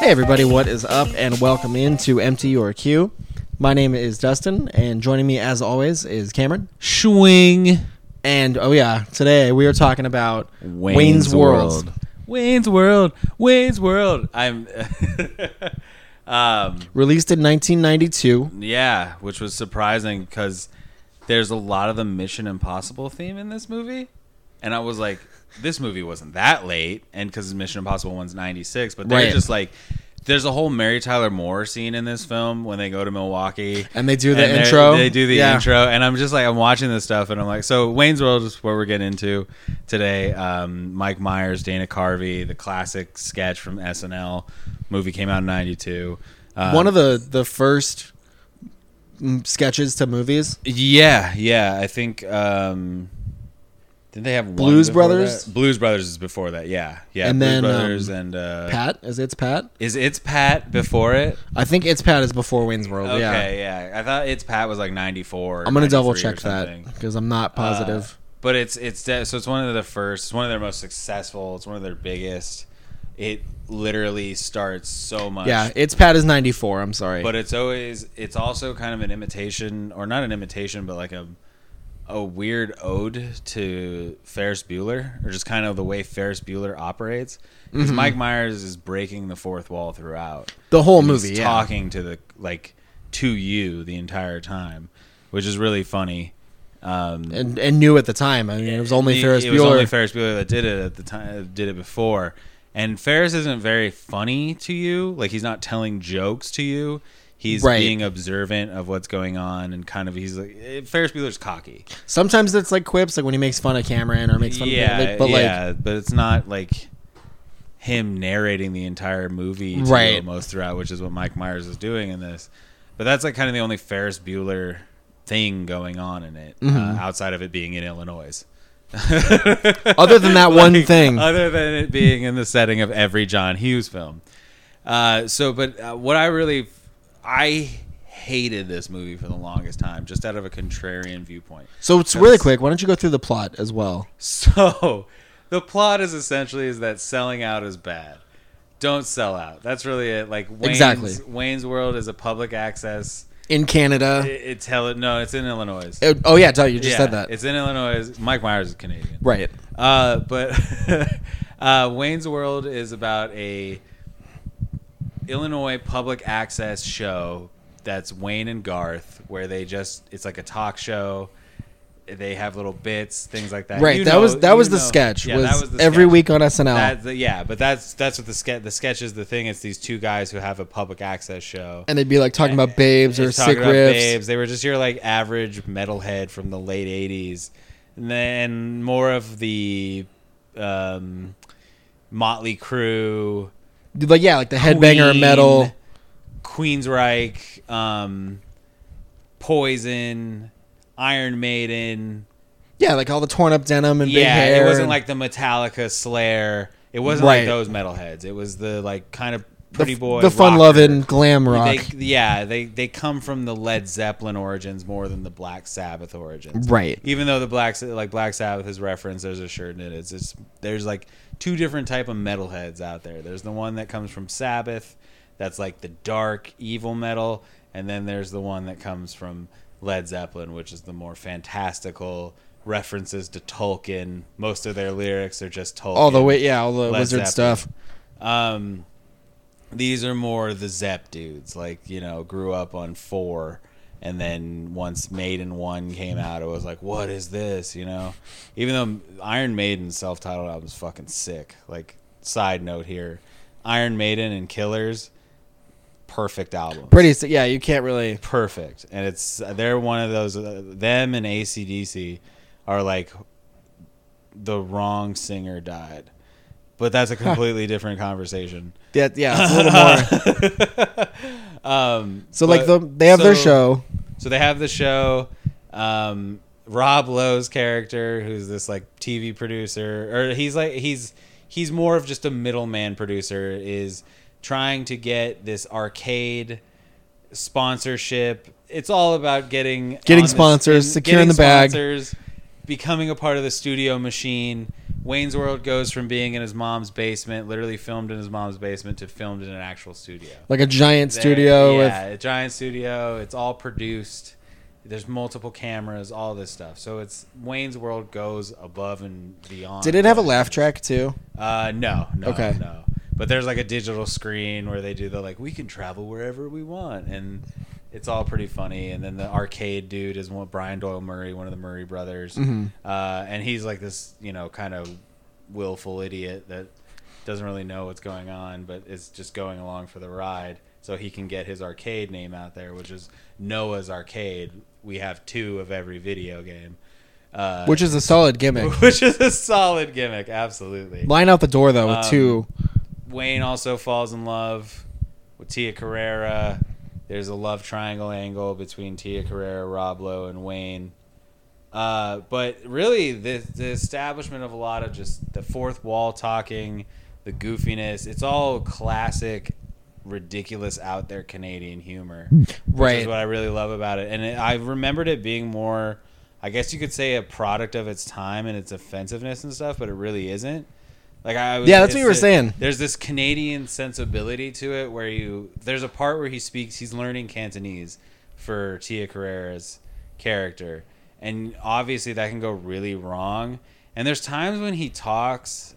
Hey everybody, what is up and welcome into Empty Your Queue. My name is Dustin and joining me as always is Cameron. Swing. And oh yeah, today we are talking about Wayne's, Wayne's World. World. Wayne's World. Wayne's World. I'm. um, Released in 1992. yeah, which was surprising because there's a lot of the Mission Impossible theme in this movie, and I was like, this movie wasn't that late, and because Mission Impossible one's '96, but they're Right. just like. There's a whole Mary Tyler Moore scene in this film when they go to Milwaukee And they do the they're- intro. They do the Yeah. intro, and I'm just like I'm watching this stuff, and I'm like, so Wayne's World is what we're getting into today. Um, Mike Myers, Dana Carvey, the classic sketch from SNL. Movie came out in '92. Um, One of the the first mm, sketches to movies. yeah, yeah. I think um, did they have one Blues before Brothers? that? Blues Brothers is before that. Yeah, yeah. And Blues then, Brothers um, and uh, Pat, is it's Pat? is it's Pat before it? I think it's Pat is before Wayne's World. Oh, Yeah. Okay, yeah. I thought it's Pat was like '94. I'm going to double check that because I'm Uh, not positive. but it's it's de- so it's one of the first it's one of their most successful it's one of their biggest it literally starts so much yeah, it's Pat is 94. I'm sorry. but it's always it's also kind of an imitation or not an imitation but like a a weird ode to Ferris Bueller or just kind of the way Ferris Bueller operates because Mm-hmm. Mike Myers is breaking the fourth wall throughout the whole and he's movie, yeah. talking to the like to you the entire time which is really funny um and, and knew at the time. I mean, it was only it- Ferris It Bueller. was only Ferris Bueller that did it at the time. Did it before, and Ferris isn't very funny to you. Like he's not telling jokes to you. He's Right. being observant of what's going on and kind of he's like eh, Ferris Bueller's cocky. Sometimes it's like quips, like when he makes fun of Cameron or makes fun yeah, of like, but like yeah, but it's not like him narrating the entire movie to you Right. almost throughout, which is what Mike Myers is doing in this. But that's like kind of the only Ferris Bueller thing going on in it, Mm-hmm. uh, outside of it being in Illinois. other than that one Like, uh, thing, Other than it being in the setting of every John Hughes film. Uh, so, but uh, what I really, I hated this movie for the longest time, just out of a contrarian viewpoint. so it's really quick. Why don't you go through the plot as well? So, the plot is essentially is that selling out is bad. Don't sell out. That's really it. Like Wayne's, Exactly. Wayne's World is a public access. In Canada, It, it's hell. No, it's in Illinois. It- oh yeah, tell you just Yeah, said that It's in Illinois. Mike Myers is Canadian. right. Uh, but uh, Wayne's World is about a Illinois public access show that's Wayne and Garth, where they just it's like a talk show. They have little bits, things like that. Right, You that know- was that you was the know- sketch. Yeah, was, that the every sketch. week on SNL. That's the- yeah, but that's that's what the sketch the sketch is the thing. It's these two guys who have a public access show. and they'd be like talking about babes or Just talking sick about riffs. babes. They were just your like average metalhead from the late '80s, and then more of the um, Motley Crue, But yeah, like the headbanger Queen, metal. Queensryche, um, Poison, Iron Maiden. Yeah, like all the torn up denim and big yeah, hair. it wasn't and- like the Metallica, Slayer. It wasn't Right. like those metalheads. It was the like kind of the, pretty boy, the fun loving glam rock. They, yeah, they they come from the Led Zeppelin origins more than the Black Sabbath origins. Right. Even though the Black Sa- like Black Sabbath is referenced, there's a shirt in it. It's it's there's like two different type of metalheads out there. There's the one that comes from Sabbath, that's like the dark evil metal, and then there's the one that comes from Led Zeppelin, which is the more fantastical references to Tolkien. Most of their lyrics are just Tolkien. all the way, yeah, all the Led wizard Zeppelin. stuff. Um, these are more the Zep dudes, like you know, grew up on four, and then once Maiden One came out, it was like, what is this? You know, even though Iron Maiden's self-titled album is fucking sick. Like, side note here, Iron Maiden and Killers, perfect album Pretty, si- yeah, you can't really. perfect and it's they're one of those uh, them and acdc are like the wrong singer died but that's a completely different conversation Yeah, yeah, it's a little more. um So like the, but- they have their so- show. so they have the show um rob lowe's character who's this like tv producer or he's like he's he's more of just a middleman producer is trying to get this arcade sponsorship it's all about getting Getting on this- sponsors, in- securing getting the bag. sponsors, becoming a part of the studio machine. Wayne's World goes from being in his mom's basement, literally filmed in his mom's basement, to filmed in an actual studio. Like a giant studio There- with yeah, a giant studio. It's all produced. There's multiple cameras, all this stuff. So it's Wayne's World goes above and beyond. Did it have a what laugh is. track too? Uh, no, no, Okay. no. But there's like a digital screen where they do the like we can travel wherever we want, and it's all pretty funny. And then the arcade dude is one Brian Doyle Murray, one of the Murray brothers, Mm-hmm. uh, and he's like this you know kind of willful idiot that doesn't really know what's going on, but is just going along for the ride so he can get his arcade name out there, which is Noah's Arcade. We have two of every video game. Uh, Which is a solid gimmick. which is a solid gimmick, absolutely. Line out the door though with Um, two. Wayne also falls in love with Tia Carrera. There's a love triangle angle between Tia Carrera, Rob Lowe, and Wayne. Uh, but really, the, the establishment of a lot of just the fourth wall talking, the goofiness, it's all classic, ridiculous, out there Canadian humor. Which Right. is what I really love about it. And it, I remembered it being more, I guess you could say, a product of its time and its offensiveness and stuff, but it really isn't. Like I was, Yeah, that's what you it's were a- saying. There's this Canadian sensibility to it where you there's a part where he speaks, he's learning Cantonese for Tia Carrera's character, and obviously that can go really wrong. And there's times when he talks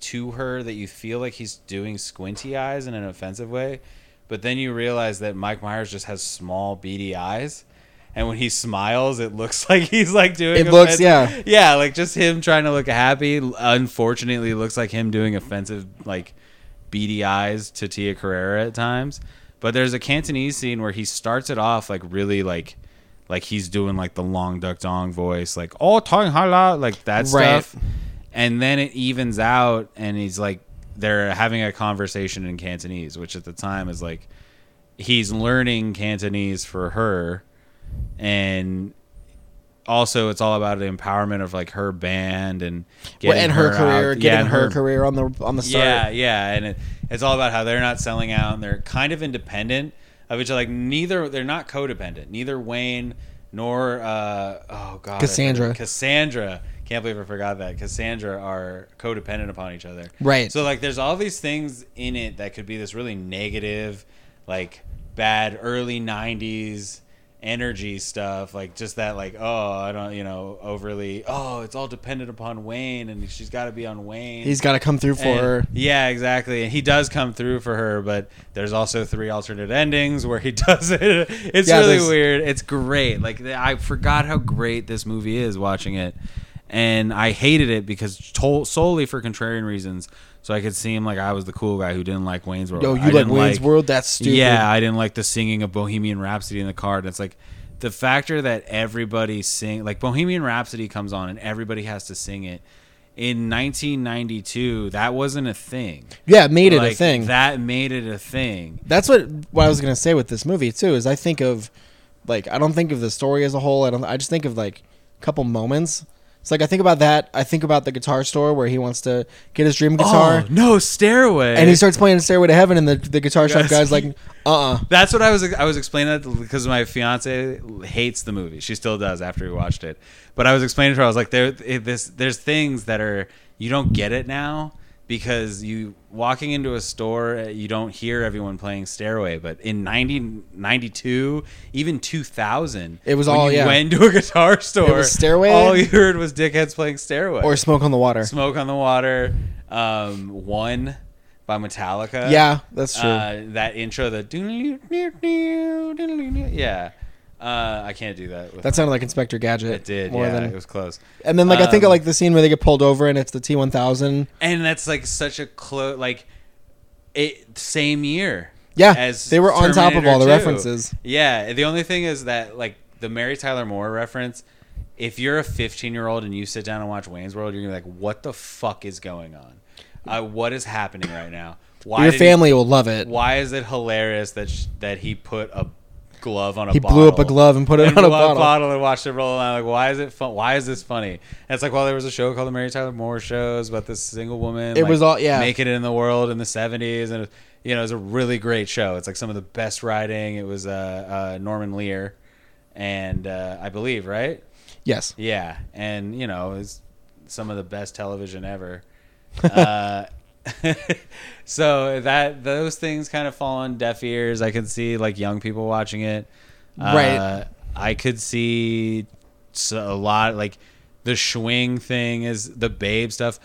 to her that you feel like he's doing squinty eyes in an offensive way, but then you realize that Mike Myers just has small beady eyes. And when he smiles, it looks like he's like doing. It looks- offensive- yeah. yeah, like just him trying to look happy. Unfortunately, looks like him doing offensive, like beady eyes to Tia Carrera at times. But there's a Cantonese scene where he starts it off like really like, like he's doing like the long duck dong voice, like oh tong hala, like that Right. stuff. And then it evens out, and he's like, they're having a conversation in Cantonese, which at the time is like, he's learning Cantonese for her, and also it's all about the empowerment of like her band and Well, and her, career, out- getting and her, career on the on the start. yeah, yeah, and it, it's all about how they're not selling out and they're kind of independent of each other. Like neither they're not codependent. Neither Wayne nor uh, oh god, I Cassandra. forgot- Cassandra. Can't believe I forgot that. Cassandra are codependent upon each other. Right. So like, there's all these things in it that could be this really negative, like bad early '90s energy stuff like just that like oh i don't you know overly oh it's all dependent upon wayne and she's got to be on wayne He's got to come through for and- her. Yeah, exactly. And he does come through for her, but there's also three alternate endings where he does it. It's Yeah, really there's- weird. It's great. Like th- I forgot how great this movie is watching it, and I hated it because tol- solely for contrarian reasons. So I could seem like I was the cool guy who didn't like Wayne's World. Yo, I you like didn't Wayne's World? That's stupid. yeah, I didn't like the singing of Bohemian Rhapsody in the car. And it's like the factor that everybody sing like Bohemian Rhapsody comes on and everybody has to sing it. In 1992, that wasn't a thing. Yeah, it made it a Like, thing. That made it a thing. That's what what I was gonna say with this movie too. Is I think of like I don't think of the story as a whole. I don't. I just think of like a couple moments. It's like I think about that. I think about the guitar store where he wants to get his dream guitar, Oh, no, Stairway. and he starts playing "Stairway to Heaven," and the the guitar shop Yes. guy's like, "Uh, uh That's what I was. I was explaining that because my fiance hates the movie. She still does after we watched it. But I was explaining to her. I was like, there, it- this, there's things that are you don't get it now because you walking into a store, uh, you don't hear everyone playing Stairway. But in 90, 92, even two thousand, It was all- you yeah. Went to a guitar store, Stairway? All you heard was dickheads playing Stairway or "Smoke on the Water." Smoke on the Water, um, One by Metallica. Yeah, that's true. Uh, that intro, the doodly- doodly- doodly- yeah. Uh, I can't do that. With that sounded like Inspector Gadget. it did. more yeah, than. it was close. and then like I think of um, like the scene where they get pulled over and it's the T one thousand. And that's like such a close, like it same year. Yeah, they were on top of all the 2. references. Yeah, the only thing is that like the Mary Tyler Moore reference. If you're a 15 year old and you sit down and watch Wayne's World, you're gonna be like, "What the fuck is going on? Uh, what is happening right now? Why Your did he- family will love it. why is it hilarious that sh- that he put a glove on a He bottle? blew up a glove and put it on a blew up bottle. and watched it roll around. Like, why is it fun? Why is this funny? And it's like, well, there was a show called the Mary Tyler Moore Shows about this single woman. It like, was all- yeah. making it in the world in the seventies, and you know, it was a really great show. It's like some of the best writing. It was uh, uh, Norman Lear, and uh, I believe right. Yes. Yeah, and you know, it's some of the best television ever. uh, so that those things kind of fall on deaf ears. I could see like young people watching it. Right. Uh, I could see s- a lot like the swing thing is the babe stuff.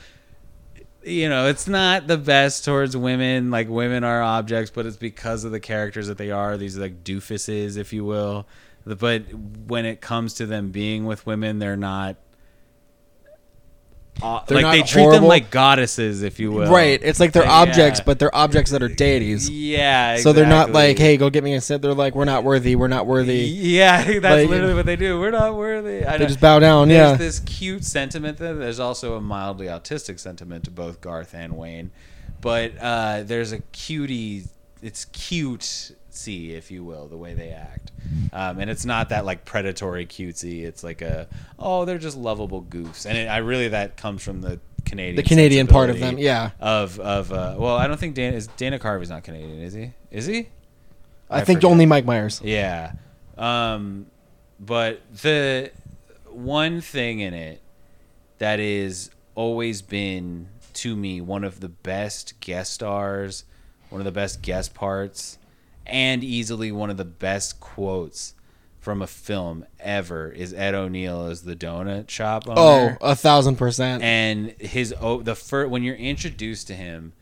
You know, it's not the best towards women. Like women are objects, but it's because of the characters that they are. These like doofuses, if you will. The- But when it comes to them being with women, they're not. uh, They're like not they treat them horrible. like goddesses, if you will. right. It's like they're Yeah. objects, but they're objects that are deities. Yeah. So they're not like, exactly. hey, go get me a sip. They're like, we're not worthy. We're not worthy. Yeah, that's Like- literally what they do. We're not worthy. I They know. just bow down. There's Yeah. this cute sentiment there. There's also a mildly autistic sentiment to both Garth and Wayne, but uh, there's a cutie. It's cute. See, if you will, the way they act, um, and it's not that like predatory cutesy. It's like a oh, they're just lovable goofs, and it, I really that comes from the Canadian The Canadian part of them. sensibility Yeah. of of uh, well, I don't think Dan is Dana Carvey's not Canadian, is he? Is he? I, I think forget. only Mike Myers. Yeah. Um, but the one thing in it that is always been to me one of the best guest stars, one of the best guest parts, and easily one of the best quotes from a film ever is Ed O'Neill as the donut shop owner Oh, a thousand percent. and his oh, the first when you're introduced to him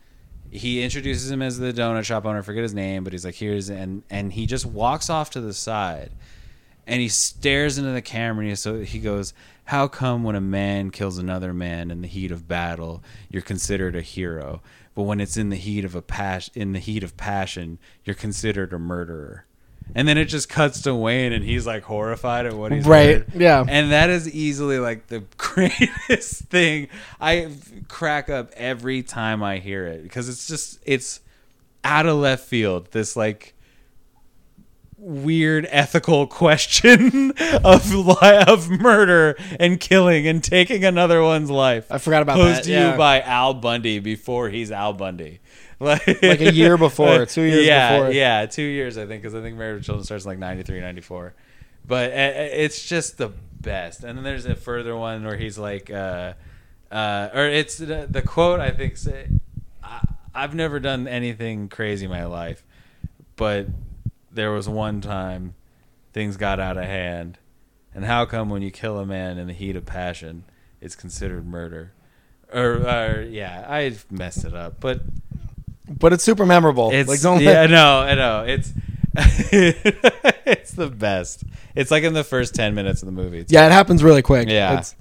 he introduces him as the donut shop owner I forget his name but he's like here's and and he just walks off to the side and he stares into the camera and he, so he goes how come when a man kills another man in the heat of battle you're considered a hero but when it's in the heat of a pas- in the heat of passion you're considered a murderer and then it just cuts to Wayne and he's like horrified at what he's Right, heard. yeah. And that is easily like the greatest thing. I crack up every time I hear it because it's just it's out of left field. This like weird ethical question of li- of murder and killing and taking another one's life. I forgot about posed that, to yeah. you by Al Bundy before he's Al Bundy. Like, Like a year before, two years Uh, yeah, before. Yeah, two years, I think, because I think Married with Children starts in like 93, 94. But uh, uh, it's just the best. And then there's a further one where he's like, uh, uh, or it's the, the quote, I think, say, I, I've never done anything crazy in my life, but there was one time things got out of hand. And how come when you kill a man in the heat of passion, it's considered murder? Or, or yeah, I messed it up, but but it's super memorable. it's like don't yeah, let- I know, I know. It's it's the best. It's like in the first ten minutes of the movie. It's- yeah, it happens really quick. Yeah. It's-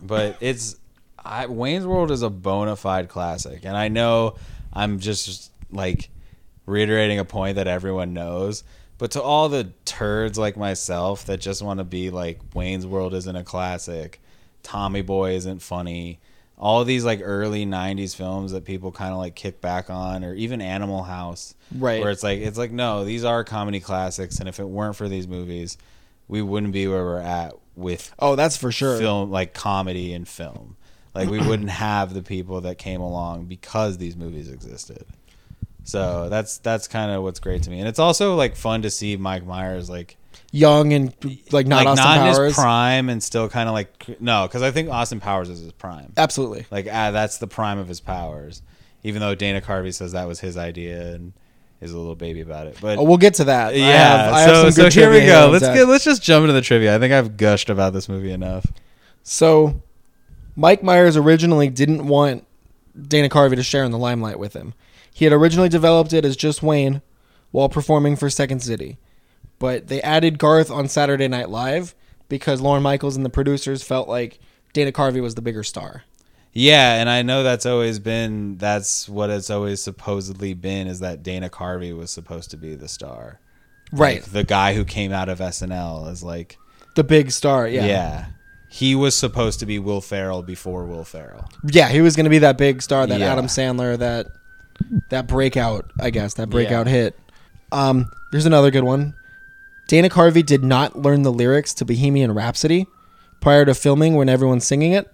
but it's I, Wayne's World is a bona fide classic, and I know I'm just like reiterating a point that everyone knows. But to all the turds like myself that just want to be like Wayne's World isn't a classic, Tommy Boy isn't funny, all these like early '90s films that people kind of like kick back on, or even Animal House, Right. Where it's like it's like no, these are comedy classics, and if it weren't for these movies, we wouldn't be where we're at with oh, that's for sure. film like comedy and film like we wouldn't have the people that came along because these movies existed so that's that's kind of what's great to me and it's also like fun to see mike myers like Young and like not like Austin not in Powers. his prime and still kind of like no because i think austin powers is his prime Absolutely. like ah, that's the prime of his powers even though dana carvey says that was his idea and is a little baby about it but Oh, we'll get to that. I yeah have- I have so, some so good here we trivia go on let's that. get let's just jump into the trivia i think i've gushed about this movie enough So, Mike Myers originally didn't want Dana Carvey to share in the limelight with him. He had originally developed it as just Wayne while performing for Second City, but they added Garth on Saturday Night Live because Lauren Michaels and the producers felt like Dana Carvey was the bigger star. Yeah, and I know that's always been that's what it's always supposedly been is that Dana Carvey was supposed to be the star. Right. Like, the guy who came out of SNL is like The big star, yeah. yeah. He was supposed to be Will Ferrell before Will Ferrell. Yeah, he was going to be that big star, that Yeah. Adam Sandler, that that breakout, I guess, that breakout Yeah. hit. Um, there's another good one. Dana Carvey did not learn the lyrics to Bohemian Rhapsody prior to filming when everyone's singing it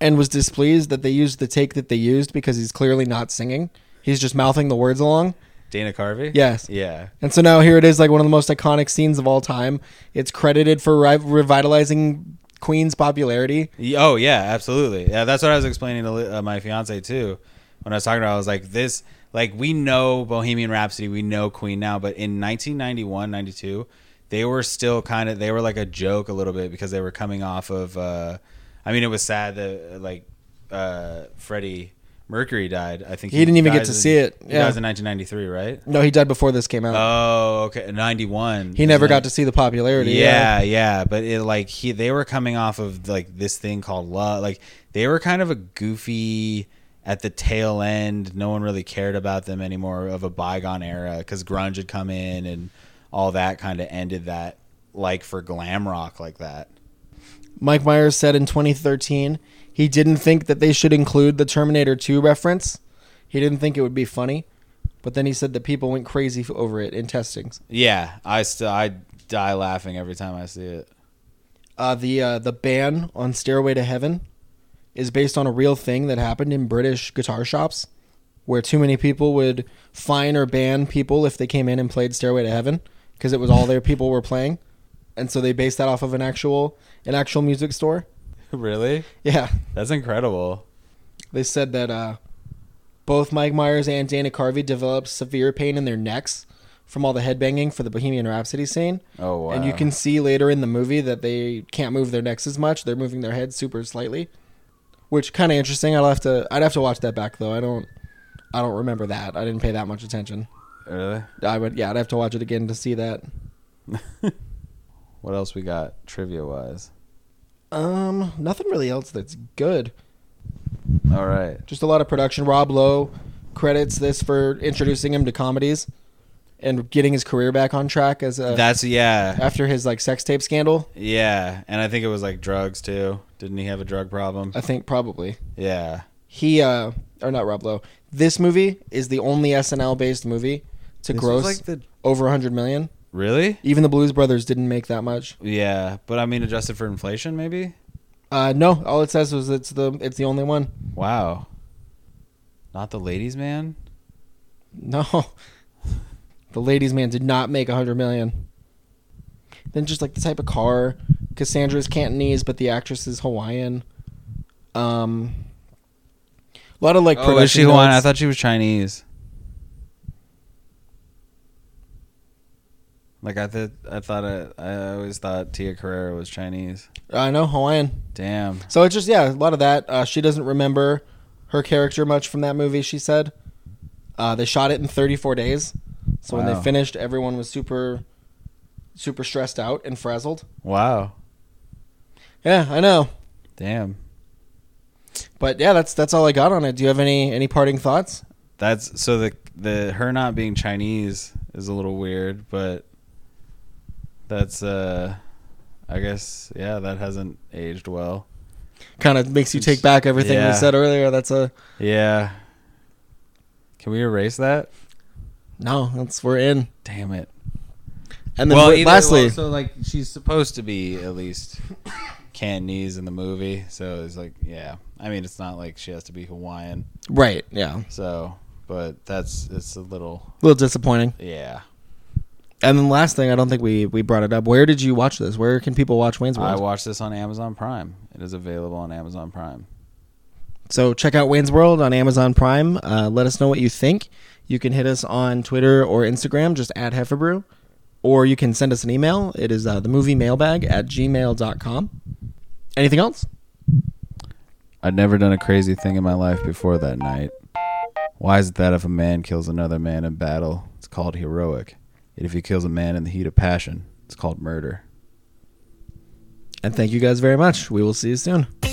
and was displeased that they used the take that they used because he's clearly not singing. He's just mouthing the words along. Dana Carvey? Yes. Yeah. And so now here it is, like one of the most iconic scenes of all time. It's credited for ri- revitalizing Queen's popularity. Y- Oh yeah, absolutely. Yeah, that's what I was explaining to Li- uh, my fiance too when I was talking to her. I was like, this, like we know Bohemian Rhapsody, we know Queen now, but in 1991, 92, they were still kind of they were like a joke a little bit because they were coming off of. Uh, I mean, it was sad that uh, like uh, Freddie Mercury died. I think He didn't even get dies to in- see it, He dies yeah. in 1993, right? No, he died before this came out. Oh, okay, 91. he never Isn't it? got to see the popularity. uh, Yeah, yeah, but it like he they were coming off of like this thing called love. Like they were kind of a goofy at the tail end. No one really cared about them anymore of a bygone era because grunge had come in and all that kind of ended that like for glam rock like that. Mike Myers said in 2013 he didn't think that they should include the Terminator 2 reference. He didn't think it would be funny, but then he said that people went crazy f- over it in testings. Yeah, I still I die laughing every time I see it. Uh, the uh, the ban on Stairway to Heaven is based on a real thing that happened in British guitar shops, where too many people would fine or ban people if they came in and played Stairway to Heaven because it was all their people were playing, and so they based that off of an actual an actual music store. really? Yeah, That's incredible. They said that uh, both Mike Myers and Dana Carvey developed severe pain in their necks from all the headbanging for the Bohemian Rhapsody scene. Oh wow. And you can see later in the movie that they can't move their necks as much. They're moving their heads super slightly, which kind of interesting. I'll have to I'd have to watch that back though. I don't I don't remember that. I didn't pay that much attention. really. I would yeah, I'd have to watch it again to see that. What else we got trivia wise? Um, nothing really else that's good. All right. just a lot of production. Rob Lowe credits this for introducing him to comedies and getting his career back on track as a, That's yeah. after his like sex tape scandal. Yeah, and I think it was like drugs too. Didn't he have a drug problem? I think probably Yeah. he uh or not Rob Lowe. This movie is the only SNL based movie to This was gross like the- over 100 million. Really? Even the Blues Brothers didn't make that much. Yeah, but I mean adjusted for inflation maybe? Uh no, all it says was it's the it's the only one. Wow. Not the ladies man? No. The ladies man did not make 100 million. Then just like the type of car, Cassandra's Cantonese but the actress is Hawaiian. Um a lot of like oh, is she production Hawaiian? I notes. thought she was Chinese. Like I thought I thought I, I always thought Tia Carrera was Chinese. I know Hawaiian. Damn. So it's just yeah, a lot of that. Uh, she doesn't remember her character much from that movie. She said uh, they shot it in 34 days, so when Wow. they finished, everyone was super, super stressed out and frazzled. Wow. Yeah, I know. Damn. But yeah, that's that's all I got on it. Do you have any any parting thoughts? That's so the the her not being Chinese is a little weird, but that's uh I guess yeah, that hasn't aged well. kind of makes you take back everything Yeah. we said earlier. That's a Yeah. Can we erase that? no. That's we're in. Damn it. And then well, we're- either- lastly, well, so like she's supposed to be at least Cantonese in the movie, so it's like yeah. I mean, it's not like she has to be Hawaiian, right? Yeah, a so but that's it's a little little disappointing. yeah. And then last thing, I don't think we we brought it up. Where did you watch this? Where can people watch Wayne's I World? watched this on Amazon Prime. It is available on Amazon Prime. so check out Wayne's World on Amazon Prime. Uh, let us know what you think. You can hit us on Twitter or Instagram, just at Heffabrew. Or you can send us an email. It is uh, the movie mailbag at gmail.com. Anything else? I'd never done a crazy thing in my life before that night. Why is it that if a man kills another man in battle, it's called heroic? Yet if he kills a man in the heat of passion, it's called murder. And thank you guys very much. We will see you soon.